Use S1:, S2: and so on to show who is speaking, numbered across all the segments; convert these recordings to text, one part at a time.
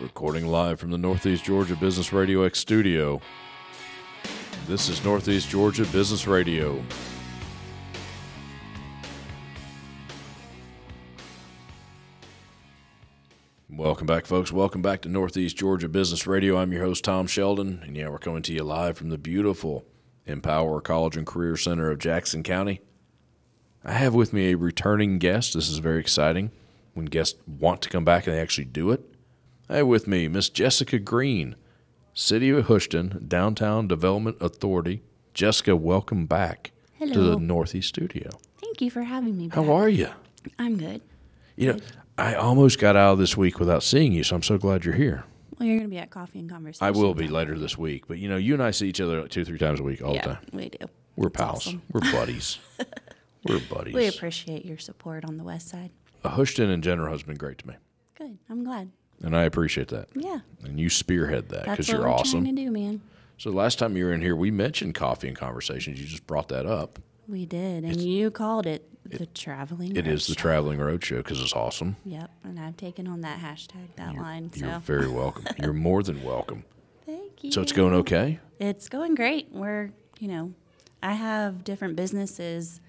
S1: Recording live from the Northeast Georgia Business Radio X studio. This is Northeast Georgia Business Radio. Welcome back, folks. Welcome back to Northeast Georgia Business Radio. I'm your host, Tom Sheldon. And yeah, we're coming to you live from the beautiful Empower College and Career Center of Jackson County. I have with me a returning guest. This is very exciting when guests want to come back and they actually do it. I have with me Miss Jessica Green, City of Houston Downtown Development Authority. Jessica, welcome back to
S2: Hello.
S1: the Northeast Studio.
S2: Thank you for having me. Back.
S1: How are you?
S2: I'm good.
S1: You know, I almost got out of this week without seeing you, so I'm so glad you're here.
S2: Well, you're going to be at coffee and conversation.
S1: I will be later this week, but you know, you and I see each other like two, three times a week all
S2: Yeah,
S1: the time.
S2: we do.
S1: We're
S2: That's
S1: pals.
S2: awesome.
S1: We're buddies. We're buddies.
S2: We appreciate your support on the West Side.
S1: Houston in general has been great to me,
S2: Good. I'm glad.
S1: and I appreciate that.
S2: Yeah.
S1: And you spearhead that
S2: That's
S1: because
S2: what
S1: you're
S2: we're
S1: awesome.
S2: trying to do, man.
S1: So last time you were in here, we mentioned coffee and conversations. You just brought that up.
S2: We did, and you called it the traveling.
S1: It is the
S2: Roadshow.
S1: traveling roadshow because it's awesome.
S2: Yep, and I've taken on that hashtag, that line.
S1: You're
S2: So
S1: very welcome. You're more than welcome.
S2: thank you.
S1: So it's going okay.
S2: It's going great. We're, you know, I have different businesses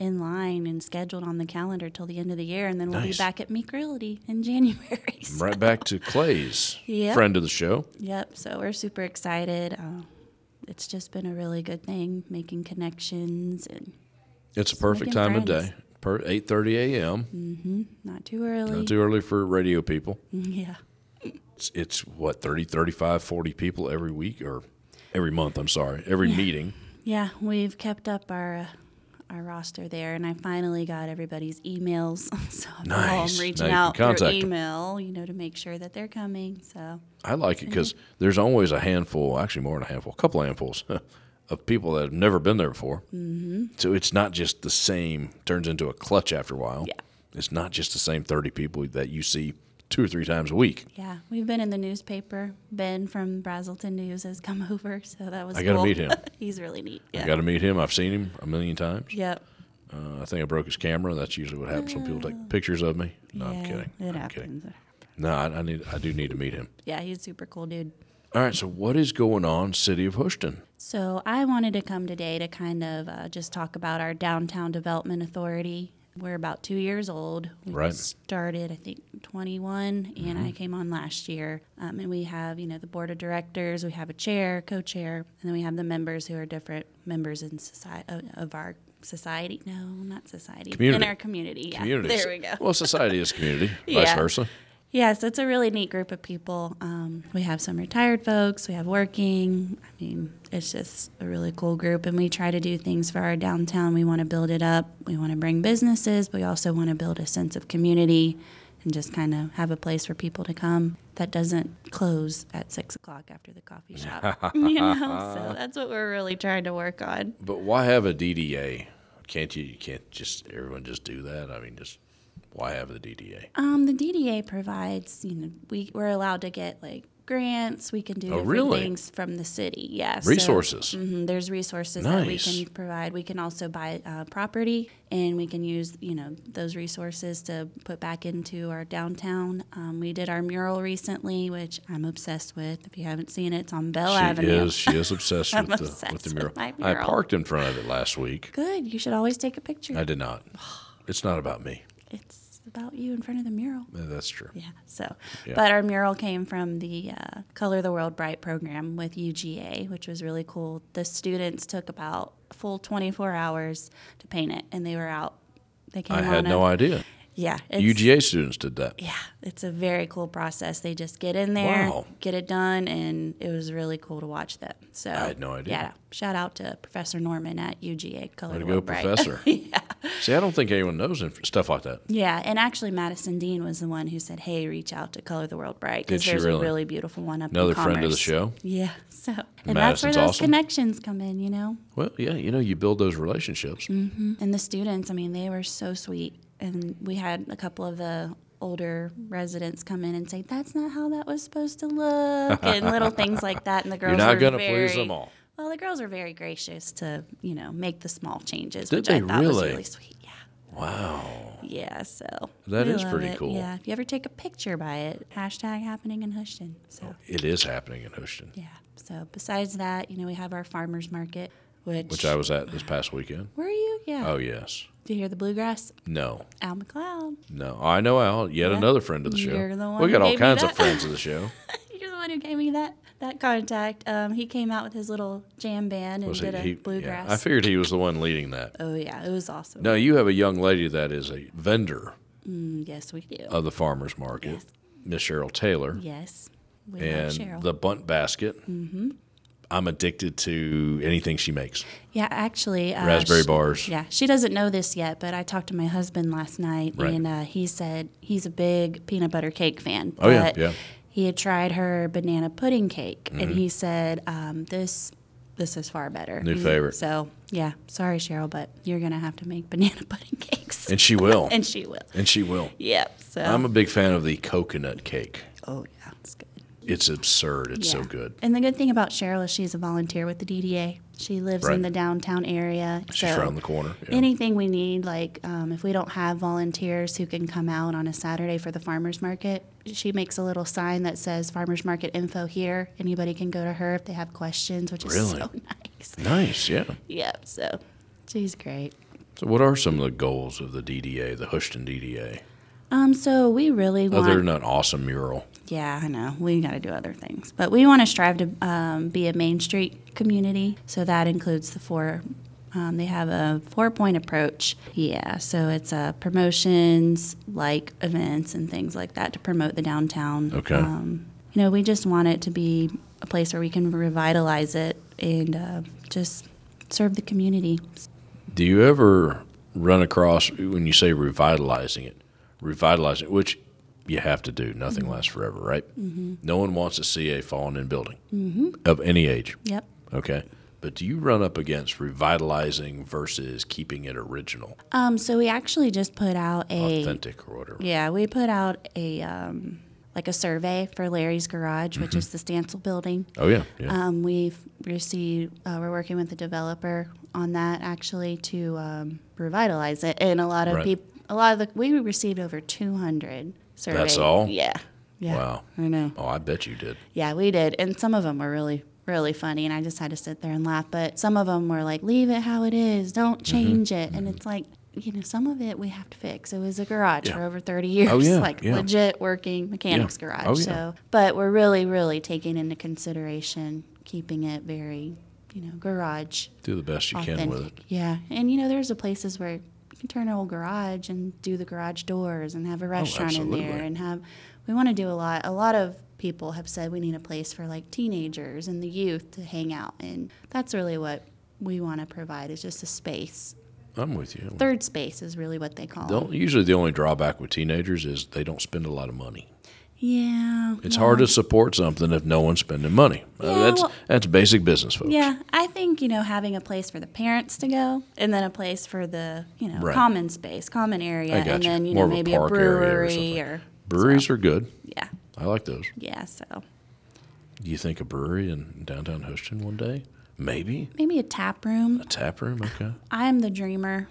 S2: in line and scheduled on the calendar till the end of the year, and then we'll
S1: Nice.
S2: be back at Meek Realty in January.
S1: I'm right back to Clay's
S2: Yeah.
S1: friend of the show.
S2: Yep. So we're super excited. Uh, it's just been a really good thing making connections and
S1: It's a perfect
S2: making
S1: time of
S2: friends.
S1: day. Per 8:30 a.m.
S2: not too early.
S1: Not too early for radio people.
S2: yeah.
S1: It's, it's what 30, 35, 40 people every week or every month. I'm sorry, every meeting.
S2: Yeah. We've kept up our. Uh, our roster there, and I finally got everybody's emails. So I'm
S1: Nice.
S2: reaching
S1: Now you can
S2: out through
S1: contact 'em.
S2: email, you know, to make sure that they're coming. So
S1: I like
S2: Mm-hmm.
S1: it because there's always a handful, actually more than a handful, a couple handfuls of people that have never been there before. Mm-hmm. So it's not just the same, turns into a clutch after a while.
S2: Yeah.
S1: It's not just the same 30 people that you see two or three times a week.
S2: yeah, we've been in the newspaper. Ben from Brazelton News has come over, so that was.
S1: I gotta
S2: cool.
S1: meet him.
S2: He's really neat.
S1: I
S2: Yeah.
S1: got to meet him. I've seen him a million times.
S2: Yep.
S1: Uh, I think I broke his camera. That's usually what happens when people take pictures of me. No, I'm
S2: Oh. Yeah,
S1: kidding.
S2: It
S1: I'm kidding.
S2: happens.
S1: No, I, I need. I do need to meet him.
S2: Yeah, he's a super cool, dude.
S1: All right. So what is going on, City of Houston?
S2: So I wanted to come today to kind of uh, just talk about our downtown development authority. We're about two years old. We
S1: Right. Mm-hmm.
S2: started, I think, 21, and I came on last year. Um, and we have, you know, the board of directors. We have a chair, co-chair, and then we have the members who are different members in society of our society. No, not society.
S1: Community.
S2: In our community. Yeah.
S1: Community.
S2: Ah, There we go.
S1: Well, society is community. Vice
S2: Yeah.
S1: versa.
S2: Yes, it's a really neat group of people. Um, we have some retired folks, we have working. I mean, it's just a really cool group, and we try to do things for our downtown. We want to build it up, we want to bring businesses, but we also want to build a sense of community and just kind of have a place for people to come that doesn't close at six o'clock after the coffee shop. you know, so that's what we're really trying to work on.
S1: But why have a DDA? Can't you? You can't just everyone just do that. I mean, just why have the DDA?
S2: Um, the DDA provides, you know, we, we're allowed to get like grants. We can do different
S1: Oh, really?
S2: things from the city. Yes.
S1: Resources.
S2: hmm there's resources that we
S1: Nice.
S2: can provide. We can also buy uh, property and we can use, you know, those resources to put back into our downtown. Um, we did our mural recently, which I'm obsessed with. If you haven't seen it, it's on Bell
S1: she
S2: Avenue.
S1: is. She is obsessed with
S2: I'm
S1: the with
S2: obsessed
S1: the
S2: with
S1: mural.
S2: my
S1: I
S2: mural.
S1: parked in front of it last week.
S2: Good. You should always take a picture.
S1: I did not. It's not about me.
S2: it's about you in front of the mural.
S1: Yeah, That's true.
S2: Yeah. So,
S1: Yeah.
S2: but our mural came from the uh, Color the World Bright program with UGA, which was really cool. The students took about a full 24 hours to paint it, and they were out. They came
S1: I
S2: on
S1: had
S2: a-
S1: no idea.
S2: Yeah. It's,
S1: UGA students did that.
S2: Yeah, it's a very cool process. They just get in there,
S1: Wow.
S2: get it done, and it was really cool to watch them. So I
S1: had no idea.
S2: Yeah, shout out to Professor Norman at UGA Color
S1: Way
S2: the
S1: to go,
S2: World Bright.
S1: professor. See, I don't think anyone knows inf- stuff like that.
S2: Yeah, and actually, Madison Dean was the one who said, "Hey, reach out to Color the World
S1: Did
S2: Bright because
S1: she
S2: there's
S1: really?
S2: a really beautiful one up." in
S1: Another friend of the
S2: Commerce."
S1: show.
S2: Yeah, so and that's where
S1: Madison's
S2: those
S1: awesome.
S2: connections come in, you know.
S1: Well, yeah, you know, you build those relationships.
S2: And the students, I mean, they were so sweet, and we had a couple of the older residents come in and say, "That's not how that was supposed to look," and little things like that. And the girls
S1: You're not
S2: were
S1: going to
S2: very-
S1: please them all.
S2: Well, the girls were very gracious to you know make the small changes,
S1: Did
S2: which
S1: they
S2: I thought was
S1: really?
S2: really sweet. Yeah.
S1: Wow.
S2: Yeah, so
S1: That
S2: we
S1: is
S2: love
S1: pretty
S2: it.
S1: cool.
S2: Yeah, if you ever take a picture by it, hashtag happening in Houston. So
S1: It is happening in Houston,
S2: yeah. So besides that, you know, we have our farmers market, which
S1: which I was at this past weekend.
S2: were you? Yeah.
S1: Oh, yes.
S2: Do you hear the bluegrass?
S1: No,
S2: Al McLeod.
S1: no. I know Al, yet
S2: Yeah.
S1: another friend of the show.
S2: You're the one
S1: we
S2: who
S1: got all
S2: gave me
S1: kinds of
S2: that.
S1: friends of the show.
S2: You're the one who gave me that that contact. Um, he came out with his little jam band and
S1: Was
S2: did
S1: he-
S2: a
S1: he- yeah.
S2: bluegrass.
S1: I figured he was the one leading that.
S2: oh yeah, it was awesome.
S1: No, you have a young lady that is a vendor
S2: Mm, yes, we do.
S1: of the farmers market, Miss Cheryl Taylor,
S2: yes, we
S1: and
S2: love Cheryl.
S1: the bunt basket. Mm-hmm. I'm addicted to anything she makes.
S2: Yeah, actually, uh,
S1: Raspberry
S2: she-
S1: bars.
S2: Yeah, she doesn't know this yet, but I talked to my husband last night,
S1: Right.
S2: and uh, he said he's a big peanut butter cake fan.
S1: Oh, yeah,
S2: but
S1: yeah. Mm-hmm.
S2: He had tried her banana pudding cake, and he said um, this this is far better.
S1: New
S2: He-
S1: favorite.
S2: So yeah, sorry Cheryl, but you're gonna have to make banana pudding cakes,
S1: And she will.
S2: and Oh. she will.
S1: and she will.
S2: Yep. So
S1: I'm a big fan of the coconut cake.
S2: oh yeah, it's good.
S1: It's absurd. It's so
S2: Yeah.
S1: good.
S2: And the good thing about Cheryl is she's a volunteer with the DDA. She lives
S1: Right.
S2: in the downtown area.
S1: She's
S2: so
S1: around the corner. Yeah.
S2: anything we need, like um, if we don't have volunteers who can come out on a Saturday for the farmers market, she makes a little sign that says farmers market info here. Anybody can go to her if they have questions, which is
S1: Really?
S2: so nice.
S1: nice. Yeah.
S2: Yep. So she's great.
S1: So, what are some of the goals of the DDA, the Houston DDA?
S2: Um, so we really want.
S1: Other than an awesome mural,
S2: Yeah, I know. We got to do other things. But we want to strive to um, be a Main Street community. So that includes the four, um, they have a four point approach. Yeah, so it's uh, promotions, like events, and things like that to promote the downtown.
S1: Okay.
S2: Um, you know, we just want it to be a place where we can revitalize it and uh, just serve the community.
S1: do you ever run across when you say revitalizing it, revitalizing it, which you have to do?
S2: Mm-hmm.
S1: Nothing lasts forever, right? No one wants to see a fallen in building
S2: Mm-hmm.
S1: of any age.
S2: Yep.
S1: Okay. But do you run up against revitalizing versus keeping it original,
S2: Um, so we actually just put out a.
S1: authentic, or whatever?
S2: Yeah, we put out a um, like a survey for Larry's Garage, which is the Stancil building.
S1: Oh, yeah. yeah.
S2: Um, we've received. Uh, we're working with the developer on that actually to um, revitalize it, and a lot of
S1: Right.
S2: people. A lot of the we received over two hundred surveys.
S1: all?
S2: Yeah. Yeah.
S1: Wow.
S2: I know.
S1: Oh, I bet you did.
S2: Yeah, we did. And some of them were really, really funny. And I just had to sit there and laugh. But some of them were like, leave it how it is,
S1: Mm-hmm.
S2: don't change it. And it's like, you know, some of it we have to fix. It was a garage
S1: Yeah.
S2: for over 30 years,
S1: Oh, yeah,
S2: like
S1: yeah.
S2: legit working mechanics garage.
S1: Oh, yeah.
S2: So, but we're really, really taking into consideration keeping it very, you know, garage
S1: Do the best you can with it.
S2: authentic. Yeah. And, you know, there's a places where you can turn an old garage and do the garage doors and have a restaurant in there
S1: Oh, absolutely.
S2: and have, we want to do a lot. A lot of people have said we need a place for like teenagers and the youth to hang out. And that's really what we want to provide is just a space.
S1: I'm with you.
S2: Third space is really what they call it.
S1: Don't, usually, the only drawback with teenagers is they don't spend a lot of money.
S2: Yeah.
S1: It's hard to support something if no one's spending money. Uh,
S2: Yeah,
S1: that's
S2: well-
S1: that's basic business, folks.
S2: Yeah, I think you know having a place for the parents to go, and then a place for the you know
S1: Right.
S2: common space, common area,
S1: I got
S2: and
S1: you.
S2: then you
S1: More of
S2: know
S1: a
S2: maybe a,
S1: park area or something.
S2: brewery or,
S1: Breweries are good.
S2: yeah,
S1: I like those.
S2: yeah. So
S1: Do you think a brewery in downtown Houston one day? Maybe
S2: maybe a tap room.
S1: a tap room. Okay.
S2: I'm the dreamer.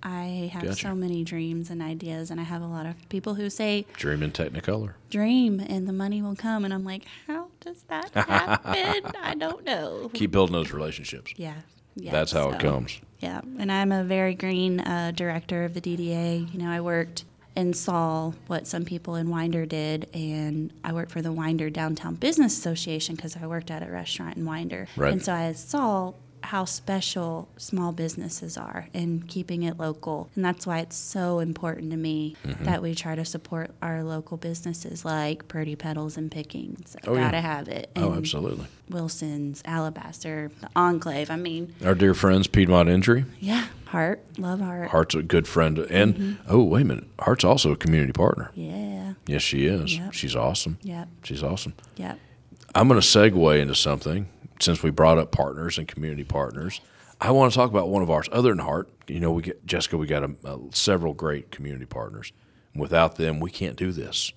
S2: I have
S1: Gotcha.
S2: so many dreams and ideas, and I have a lot of people who say
S1: Dream in Technicolor.
S2: dream and the money will come, and I'm like, how does that happen? I don't know.
S1: Keep building those relationships.
S2: Yeah, yeah.
S1: that's how it
S2: so.
S1: comes.
S2: Yeah, and I'm a very green uh, director of the DDA. You know, I worked and saw what some people in Winder did, and I worked for the Winder Downtown Business Association because I worked at a restaurant in Winder,
S1: Right.
S2: and so I saw how special small businesses are and keeping it local and that's why it's so important to me
S1: Mm-hmm.
S2: that we try to support our local businesses like Purdy Petals and Pickings.
S1: Oh, yeah.
S2: gotta have it.
S1: Oh,
S2: And
S1: absolutely.
S2: Wilson's, Alabaster, the Enclave. I mean,
S1: Our dear friends, Piedmont Injury.
S2: yeah, heart, love heart.
S1: Hart's a good friend, and
S2: Mm-hmm.
S1: oh wait a minute, Hart's also a community partner.
S2: Yeah.
S1: Yes, she is.
S2: Yep.
S1: She's awesome.
S2: Yep.
S1: She's awesome.
S2: Yep.
S1: I'm going to segue into something since we brought up partners and community partners. I want to talk about one of ours, other than Hart. You know, we get Jessica. We got a, a- several great community partners. Without them, we can't do this.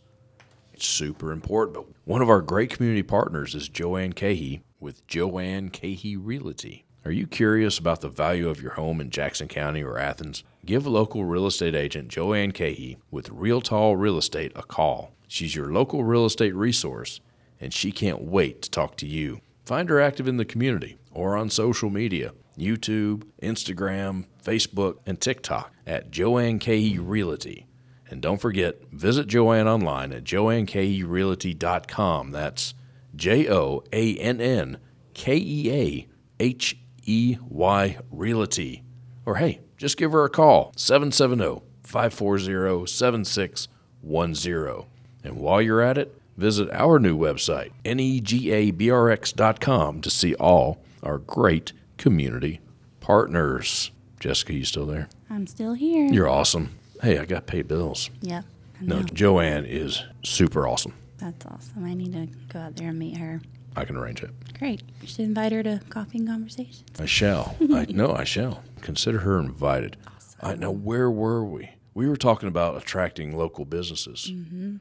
S1: It's super important. But one of our great community partners is Joanne Cahey with Joanne Cahey Realty. Are you curious about the value of your home in Jackson County or Athens? Give local real estate agent Joanne Cahey with Realtall Real Estate a call. She's your local real estate resource, and she can't wait to talk to you. Find her active in the community or on social media YouTube, Instagram, Facebook, and TikTok at Joanne Cahey Realty. And don't forget, visit Joanne online at e joannekerealty.com. That's J O A N N K E A H E Y Realty. Or hey, just give her a call oh, 770 540 7610. And while you're at it, visit our new website, E negabrx.com, to see all our great community partners. Jessica, you still there?
S2: I'm still here.
S1: You're awesome. Hey, I got to pay bills.
S2: yep. I
S1: No,
S2: know.
S1: Joanne is super awesome.
S2: That's awesome. I need to go out there and meet her.
S1: I can arrange it.
S2: Great. You should invite her to coffee and conversation.
S1: I shall. I no, I shall. Consider her invited. I now where were we? We were talking about attracting local businesses.
S2: Mm-hmm.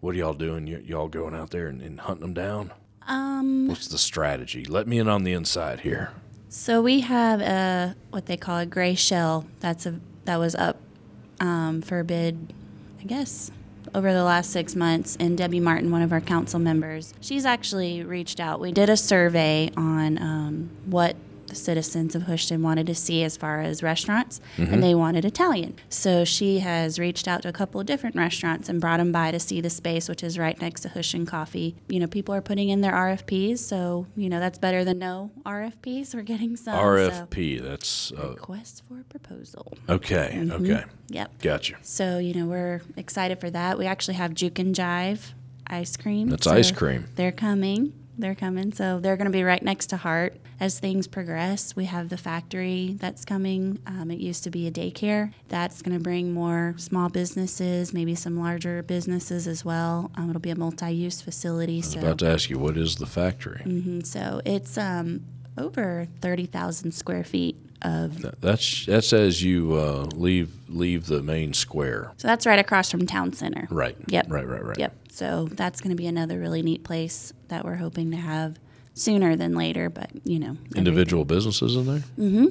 S1: What are y'all doing? Y- y'all going out there and, and hunting them down? Um, What's the strategy? Let me in on the inside here.
S2: So we have a what they call a gray shell. That's a that was up um, for bid, I guess, over the last six months. And Debbie Martin, one of our council members, she's actually reached out. We did a survey on um, what the citizens of Houston wanted to see as far as restaurants, and they wanted Italian. So she has reached out to a couple of different restaurants and brought them by to see the space, which is right next to Houston Coffee. You know, people are putting in their RFPs, so you know that's better than no RFPs. We're getting some Oh, so-
S1: RFP. That's uh,
S2: request for proposal.
S1: okay.
S2: Mm-hmm.
S1: Okay.
S2: Yep.
S1: Gotcha.
S2: So, you know, we're excited for that. We actually have Juke and Jive ice cream.
S1: That's
S2: So
S1: ice cream.
S2: They're coming. They're coming. So they're going to be right next to Heart as things progress. We have the factory that's coming. Um, it used to be a daycare. That's going to bring more small businesses, maybe some larger businesses as well. Um, it'll be a multi-use facility. So Mm-hmm.
S1: About to ask you, what is the factory?
S2: and so it's um, over thirty thousand square feet of
S1: That's that's as you uh, leave leave the main square.
S2: So that's right across from Town Center.
S1: Right.
S2: Yep.
S1: Right. Right. Right.
S2: Yep. So that's going to be another really neat place that we're hoping to have sooner than later, but you know.
S1: Individual businesses in there.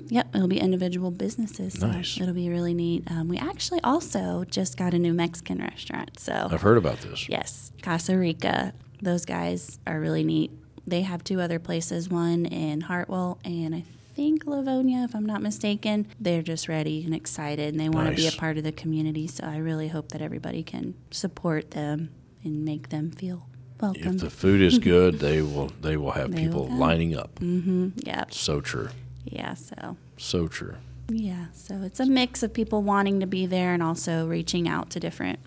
S2: Yep, it'll be individual businesses. So
S1: Nice.
S2: It'll be really neat. Um, we actually also just got a new Mexican restaurant. So
S1: I've heard about this.
S2: Yes, Casa Rica. Those guys are really neat. They have two other places, one in Hartwell and I think Livonia, if I'm not mistaken. They're just ready and excited and they want to be
S1: Nice.
S2: a part of the community. So I really hope that everybody can support them and make them feel welcome.
S1: If the food is good, they will they will have
S2: They
S1: people
S2: will come.
S1: lining up.
S2: Mm. yeah.
S1: So true.
S2: Yeah. So,
S1: So true.
S2: yeah. So it's a mix of people wanting to be there and also reaching out to different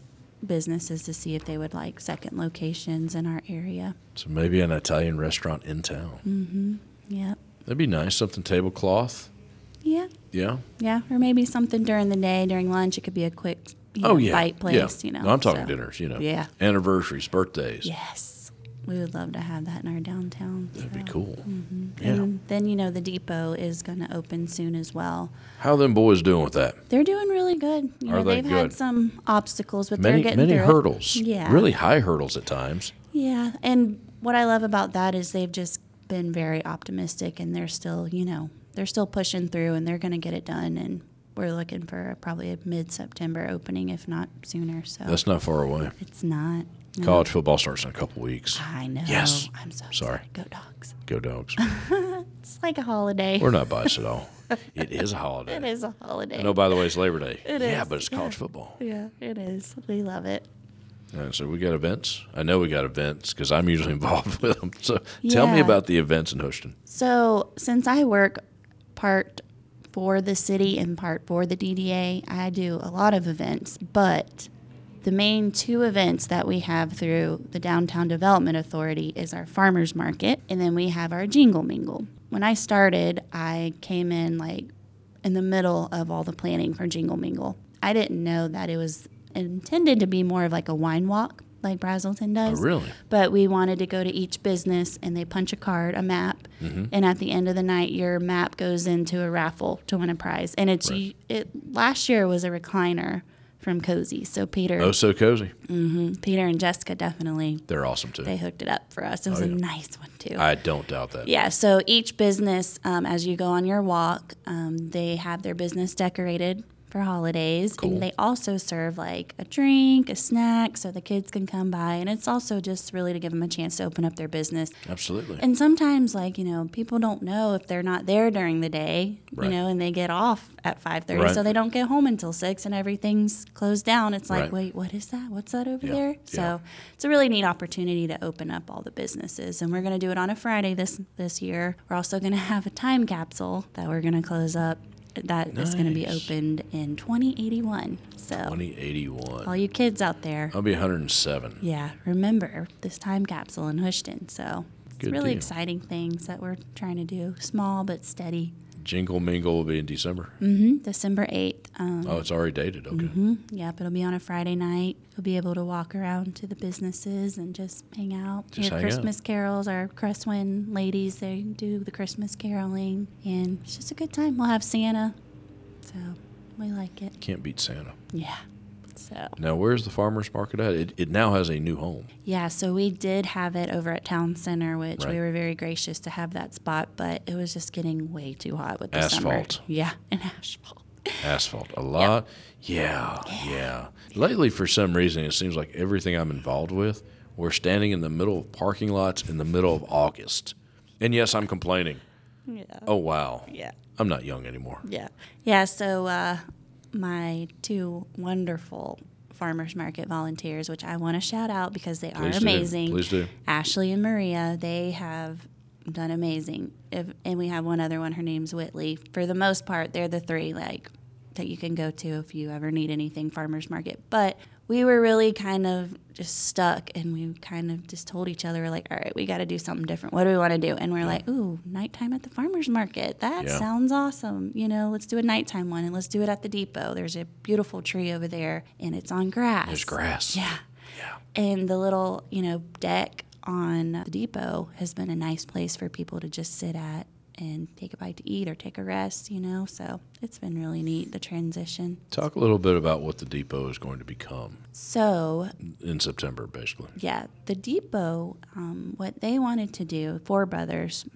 S2: businesses to see if they would like second locations in our area.
S1: So maybe an Italian restaurant in town.
S2: Mm. Yep.
S1: That'd be nice. Something tablecloth.
S2: Yeah.
S1: Yeah.
S2: Yeah, or maybe something during the day, during lunch. It could be a quick you know,
S1: Oh yeah.
S2: bite place,
S1: yeah.
S2: you know.
S1: No, I'm talking
S2: so.
S1: dinners, you know.
S2: Yeah.
S1: Anniversaries, birthdays.
S2: Yes. We would love to have that in our downtown.
S1: That'd
S2: so.
S1: be cool. Yeah.
S2: Mm-hmm. And then, you know, the depot is going to open soon as well.
S1: How them boys doing with that?
S2: They're doing really good. You
S1: Are
S2: know,
S1: they
S2: have
S1: good?
S2: had some obstacles, but
S1: Many
S2: they're getting
S1: many
S2: through it.
S1: hurdles.
S2: Yeah.
S1: Really high hurdles at times.
S2: Yeah. And what I love about that is they've just been very optimistic and they're still, you know, they're still pushing through and they're going to get it done. And we're looking for probably a mid September opening, if not sooner. So
S1: That's not far away.
S2: It's not. No.
S1: College football starts in a couple weeks.
S2: I know.
S1: Yes.
S2: I'm so
S1: Sorry.
S2: sorry. Go dogs.
S1: Go dogs.
S2: It's like a holiday.
S1: We're not biased at all. It is a holiday.
S2: It is a holiday.
S1: No, by the way, it's Labor Day. yeah,
S2: is,
S1: but it's college football.
S2: Yeah, it is. We love it.
S1: All right, so we got events. I know we got events because I'm usually involved with them. So tell me
S2: Yeah.
S1: about the events in Houston.
S2: So since I work part for the city and part for the DDA, I do a lot of events, but the main two events that we have through the Downtown Development Authority is our farmers market and then we have our jingle mingle. When I started, I came in like in the middle of all the planning for Jingle Mingle. I didn't know that it was intended to be more of like a wine walk like Brazelton does.
S1: really?
S2: But we wanted to go to each business and they punch a card, a map,
S1: Mm-hmm.
S2: and at the end of the night, your map goes into a raffle to win a prize. And it's u- it last year was a recliner from Cozy. So Peter,
S1: Oh, so cozy.
S2: Peter and Jessica definitely
S1: They're awesome too.
S2: they hooked it up for us. It was a nice one too.
S1: Oh, I don't doubt that.
S2: Yeah, so each business, um, as you go on your walk, um, they have their business decorated for holidays.
S1: Cool.
S2: And they also serve like a drink, a snack, so the kids can come by. And it's also just really to give them a chance to open up their business.
S1: Absolutely.
S2: And sometimes, like, you know, people don't know if they're not there during the day,
S1: Right.
S2: you know, and they get off at 5.30,
S1: Right.
S2: so they don't get home until 6 and everything's closed down. It's like,
S1: Right.
S2: wait, what is that? What's that over
S1: Yeah,
S2: there? So
S1: yeah.
S2: it's a really neat opportunity to open up all the businesses. And we're going to do it on a Friday this, this year. We're also going to have a time capsule that we're going to close up that is going to be
S1: Nice.
S2: opened in 2081. So
S1: 2081.
S2: all you kids out there,
S1: I'll be 107.
S2: yeah, remember this time capsule in Houston. So it's
S1: Good
S2: really
S1: deal.
S2: exciting things that we're trying to do, small but steady.
S1: Jingle Mingle will be in December.
S2: hmm December 8th. Um,
S1: Oh, it's already dated. Okay.
S2: Mm-hmm. Yep, it'll be on a Friday night. You'll be able to walk around to the businesses and just hang out.
S1: Just
S2: Your
S1: hang out.
S2: Christmas carols, our Crestwin ladies, they do the Christmas caroling, and it's just a good time. We'll have Santa. So we like it.
S1: Can't beat Santa.
S2: Yeah. So.
S1: Now, where's the farmers market at? It, it now has a new home.
S2: Yeah, so we did have it over at Town Center, which
S1: Right.
S2: we were very gracious to have that spot, but it was just getting way too hot with the
S1: Asphalt.
S2: summer. Yeah, and asphalt.
S1: Asphalt. A lot. Yeah. Yeah. Lately, for some reason, it seems like everything I'm involved with, we're standing in the middle of parking lots in the middle of August. And yes, I'm complaining.
S2: Yeah.
S1: Oh, wow.
S2: Yeah.
S1: I'm not young anymore.
S2: Yeah. Yeah, so uh, my two wonderful farmers market volunteers, which I want to shout out because they
S1: Please
S2: are
S1: do.
S2: amazing.
S1: Please do.
S2: Ashley and Maria, they have done amazing. If, and we have one other one, her name's Whitley. For the most part, they're the three like that you can go to if you ever need anything farmers market. But we were really kind of just stuck and we kind of just told each other we're like, all right, we got to do something different. What do we want to do? And we're like, ooh, nighttime at the farmers market. That
S1: Yeah.
S2: sounds awesome. You know, let's do a nighttime one and let's do it at the depot. There's a beautiful tree over there and it's on grass.
S1: There's grass.
S2: Yeah. And the little, you know, deck on the depot has been a nice place for people to just sit at and take a bite to eat or take a rest, you know. So it's been really neat, the transition.
S1: Talk a little bit about what the depot is going to become
S2: So
S1: in September, basically.
S2: yeah, the depot, um, what they wanted to do, Four Brothers,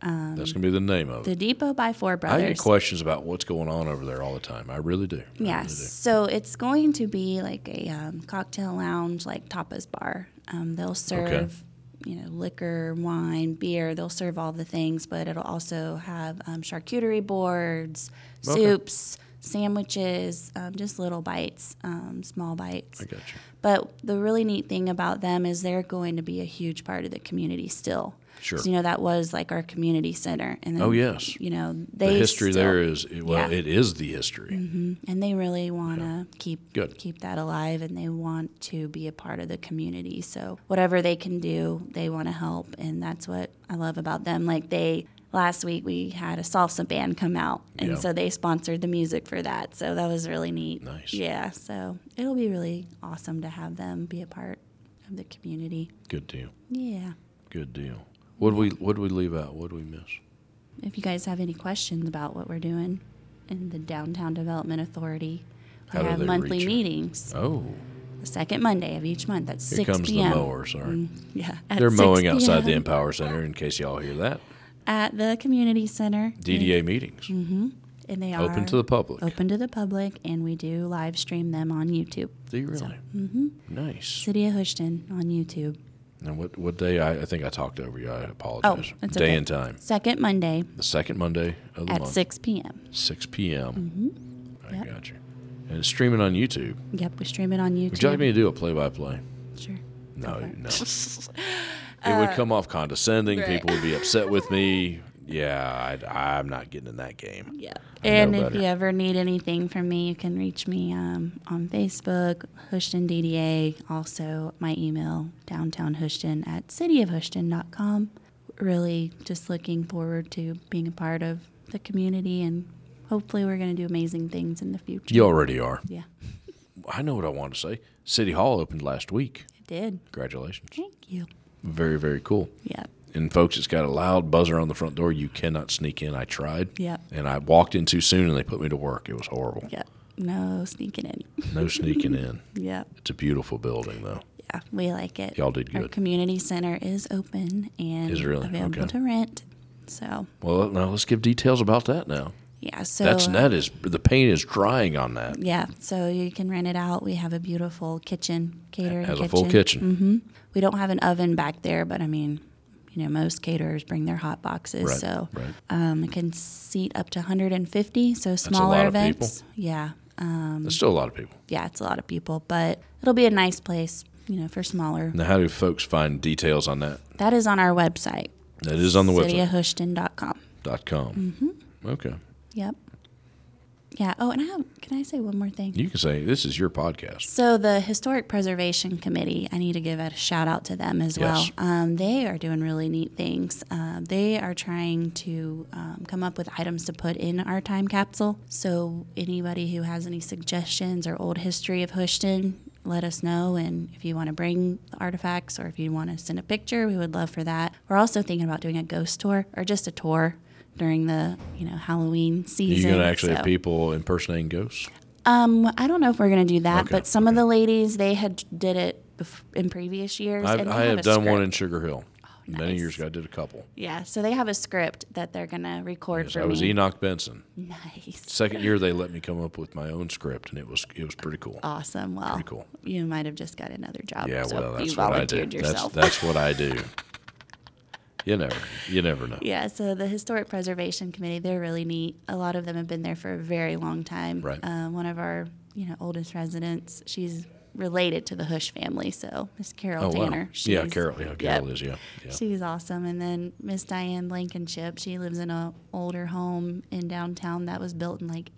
S2: Um,
S1: That's going to be the name of it.
S2: the depot by Four
S1: I get
S2: Brothers.
S1: questions about what's going on over there all the time. I really do. I
S2: Yes. So it's going to be like a um, cocktail lounge, like tapas bar. Um, they'll serve, you know, liquor, wine, beer. They'll serve all the things, but it'll also have um, charcuterie boards,
S1: Okay.
S2: soups, sandwiches, um, just little bites, um, small bites.
S1: Really do. I got you.
S2: But the really neat thing about them is they're going to be a huge part of the community still.
S1: Sure.
S2: 'Cause, you know that was like our community center, and then,
S1: Oh, yes.
S2: you know they
S1: The history
S2: still-
S1: there is well,
S2: Yeah. Mm-hmm.
S1: it is the history.
S2: and they really want to keep
S1: Good.
S2: keep that alive and they want to be a part of the community so whatever they can do they want to help and that's what i love about them like they last week we had a salsa band come out and
S1: Yeah.
S2: so they sponsored the music for that so that was really neat
S1: Nice.
S2: yeah so it'll be really awesome to have them be a part of the community
S1: Good deal.
S2: yeah
S1: Good deal. What we what we leave out? What would we miss?
S2: if you guys have any questions about what we're doing in the downtown development authority we
S1: How do
S2: have
S1: they
S2: monthly
S1: reach you?
S2: meetings
S1: Oh,
S2: the second Monday of each month at
S1: here
S2: 6
S1: comes
S2: p.m.
S1: the mower. Sorry,
S2: Yeah, Mm-hmm. at
S1: they're
S2: 6
S1: mowing outside the
S2: p.m.
S1: Empower Center. In case y'all hear that,
S2: at the community center.
S1: DDA meetings
S2: and they
S1: open
S2: are
S1: to the public.
S2: Mm. Mm-hmm. open to the public, and we do live stream them on YouTube.
S1: Do you really?
S2: Mm-hmm.
S1: Nice.
S2: City of Houston on YouTube.
S1: And what what day? I, I think I talked over you. I apologize.
S2: it's
S1: day
S2: Oh, okay.
S1: and time.
S2: Second Monday
S1: The second Monday of the
S2: at
S1: month,
S2: 6 p.m.
S1: 6 p.m. I
S2: Yep.
S1: got you. And it's streaming on YouTube.
S2: Yep, we stream it on YouTube.
S1: Would you like me to do a play-by-play?
S2: Sure.
S1: No,
S2: Okay. Uh,
S1: no. it would come off condescending.
S2: right.
S1: People would be upset with me. Yeah, I, I'm not getting in that game.
S2: Yeah.
S1: I know
S2: And if
S1: better.
S2: you ever need anything from me, you can reach me um, on Facebook, Houston DDA. Also, my email, downtownhouston at cityofhouston.com. Really just looking forward to being a part of the community, and hopefully, we're going to do amazing things in the future.
S1: You already are.
S2: Yeah,
S1: I know what I want to say. City Hall opened last week.
S2: it did.
S1: Congratulations.
S2: Thank you.
S1: Very, very cool.
S2: Yeah.
S1: And folks, it's got a loud buzzer on the front door. You cannot sneak in. I tried.
S2: Yep.
S1: And I walked in too soon and they put me to work. It was horrible.
S2: Yeah. No sneaking in.
S1: No sneaking in.
S2: Yep.
S1: It's a beautiful building, though.
S2: Yeah, we like it.
S1: Y'all did
S2: Our
S1: good.
S2: community center is open and
S1: Is it really?
S2: available
S1: Okay.
S2: to rent. So,
S1: Well, now let's give details about that now.
S2: yeah, so
S1: That's
S2: uh,
S1: that is the paint is drying on that.
S2: Yeah, so you can rent it out. We have a beautiful kitchen, catering
S1: Has
S2: kitchen. Mm-hmm.
S1: a full kitchen.
S2: We don't have an oven back there, but I mean, you know, most caterers bring their hot boxes,
S1: Right,
S2: so
S1: right.
S2: Um, it can seat up to 150. So smaller
S1: lot of people.
S2: events, yeah, um,
S1: There's still a lot of people.
S2: yeah, it's a lot of people, but it'll be a nice place, you know, for smaller.
S1: Now, how do folks find details on that?
S2: That is on our website,
S1: That is on the website
S2: cityofhouston.com.
S1: dot com.
S2: Mm-hmm.
S1: Okay,
S2: Yep. Yeah. Oh, and I have, can I say one more thing?
S1: you can say this is your podcast.
S2: So the Historic Preservation Committee, I need to give a shout out to them as well.
S1: Yes.
S2: Um, they are doing really neat things. Um, they are trying to um, come up with items to put in our time capsule. So anybody who has any suggestions or old history of Houston, let us know. And if you want to bring artifacts or if you want to send a picture, we would love for that. We're also thinking about doing a ghost tour or just a tour during the you know Halloween
S1: Are you
S2: season.
S1: going to actually have
S2: So-
S1: people impersonating ghosts?
S2: um, I don't know if we're gonna do that,
S1: Okay,
S2: but some of the ladies they had did it bef- in previous years.
S1: I've,
S2: and they
S1: I have
S2: a
S1: done
S2: script. Oh,
S1: one in Sugar Hill many
S2: nice.
S1: years ago. I did a couple.
S2: Yeah, so they have a script that they're gonna record
S1: Yes,
S2: for
S1: I was
S2: me.
S1: Enoch Benson.
S2: nice,
S1: Second year they let me come up with my own script, and it was it was pretty cool.
S2: awesome. Well,
S1: Pretty cool.
S2: you might have just got another job.
S1: Yeah,
S2: Oh, so
S1: well,
S2: you
S1: that's what I do.
S2: volunteered
S1: That's
S2: yourself.
S1: that's what I do. You never, you never know.
S2: yeah, so the Historic Preservation Committee, they're really neat. A lot of them have been there for a very long time.
S1: Right.
S2: Uh, one of our, you know, oldest residents, she's related to the Hush family, so Miss Carol
S1: Oh
S2: Danner.
S1: wow, yeah,
S2: she's-
S1: Carol, yeah,
S2: yep.
S1: Carol is yeah, yeah.
S2: She's awesome. And then Miss Diane Blankenship, she lives in a older home in downtown that was built in like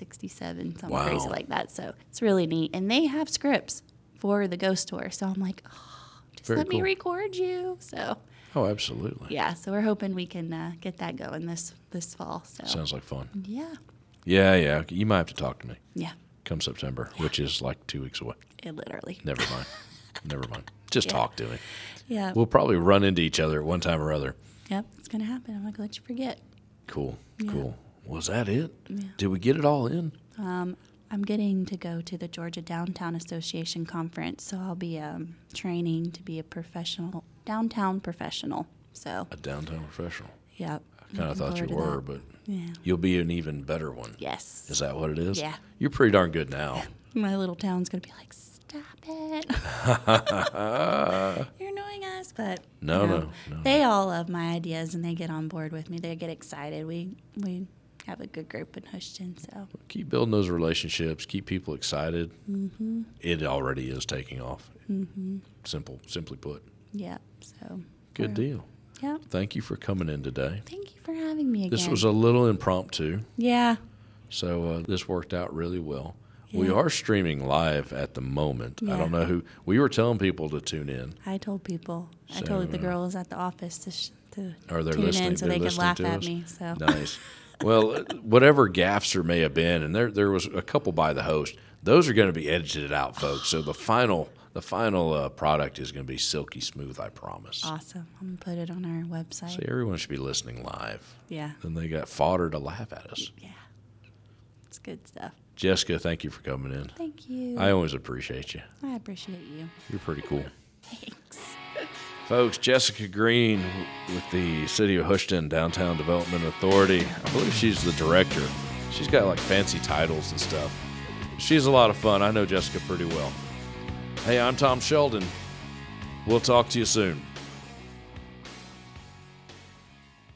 S2: 1867, something
S1: Wow.
S2: crazy like that. So it's really neat. And they have scripts for the ghost tour. So I'm like, oh, just
S1: Very
S2: let me
S1: cool.
S2: record you. So
S1: Oh, absolutely.
S2: yeah, so we're hoping we can uh, get that going this this fall. So
S1: Sounds like fun.
S2: yeah,
S1: Yeah, yeah. You might have to talk to me
S2: yeah,
S1: come September, which is like two weeks away.
S2: it literally.
S1: Never mind. Never mind. Just talk to me.
S2: Yeah,
S1: We'll probably run into each other at one time or other.
S2: yep, it's gonna happen. I'm not gonna let you forget.
S1: Cool. Cool. Was that it? Did we get it all in?
S2: I'm getting to go to the Georgia Downtown Association conference, so I'll be um, training to be a professional downtown professional. So,
S1: A downtown professional.
S2: yep.
S1: I kind of thought you
S2: looking forward
S1: were,
S2: to
S1: but
S2: that. Yeah.
S1: you'll be an even better one.
S2: Yes.
S1: Is that what it is?
S2: Yeah.
S1: You're pretty darn good now.
S2: My little town's gonna be like, stop it. You're annoying us, but
S1: No, no,
S2: you know,
S1: no,
S2: They all love my ideas and they get on board with me. They get excited. We we have a good group in Houston, so
S1: Keep building those relationships. Keep people excited.
S2: Mm-hmm.
S1: It already is taking off. Simple, simply put.
S2: yeah. So
S1: Good deal.
S2: Mm-hmm. yeah.
S1: Thank you for coming in today.
S2: Thank you for having me again.
S1: This was a little impromptu,
S2: yeah.
S1: so uh, this worked out really well. We are streaming live at the moment. I
S2: Yeah.
S1: don't know who we were telling people to tune in.
S2: I told people. I
S1: So,
S2: told the
S1: uh,
S2: girls at the office to, sh- to
S1: Are they
S2: tune
S1: listening?
S2: in so
S1: They're
S2: they could
S1: listening
S2: laugh
S1: to
S2: at
S1: us?
S2: me. So
S1: Nice. well, whatever gaffes there may have been, and there there was a couple by the host. Those are going to be edited out, folks. So the final the final uh, product is going to be silky smooth. I promise.
S2: awesome! I'm gonna put it on our website.
S1: See, everyone should be listening live.
S2: yeah,
S1: Then they got fodder to laugh at us.
S2: yeah, it's good stuff.
S1: Jessica, thank you for coming in.
S2: Thank you.
S1: I always appreciate you.
S2: I appreciate you.
S1: You're pretty cool.
S2: Thanks.
S1: Folks, Jessica Green with the City of Houston Downtown Development Authority. I believe she's the director. She's got like fancy titles and stuff. She's a lot of fun. I know Jessica pretty well. Hey, I'm Tom Sheldon. We'll talk to you soon.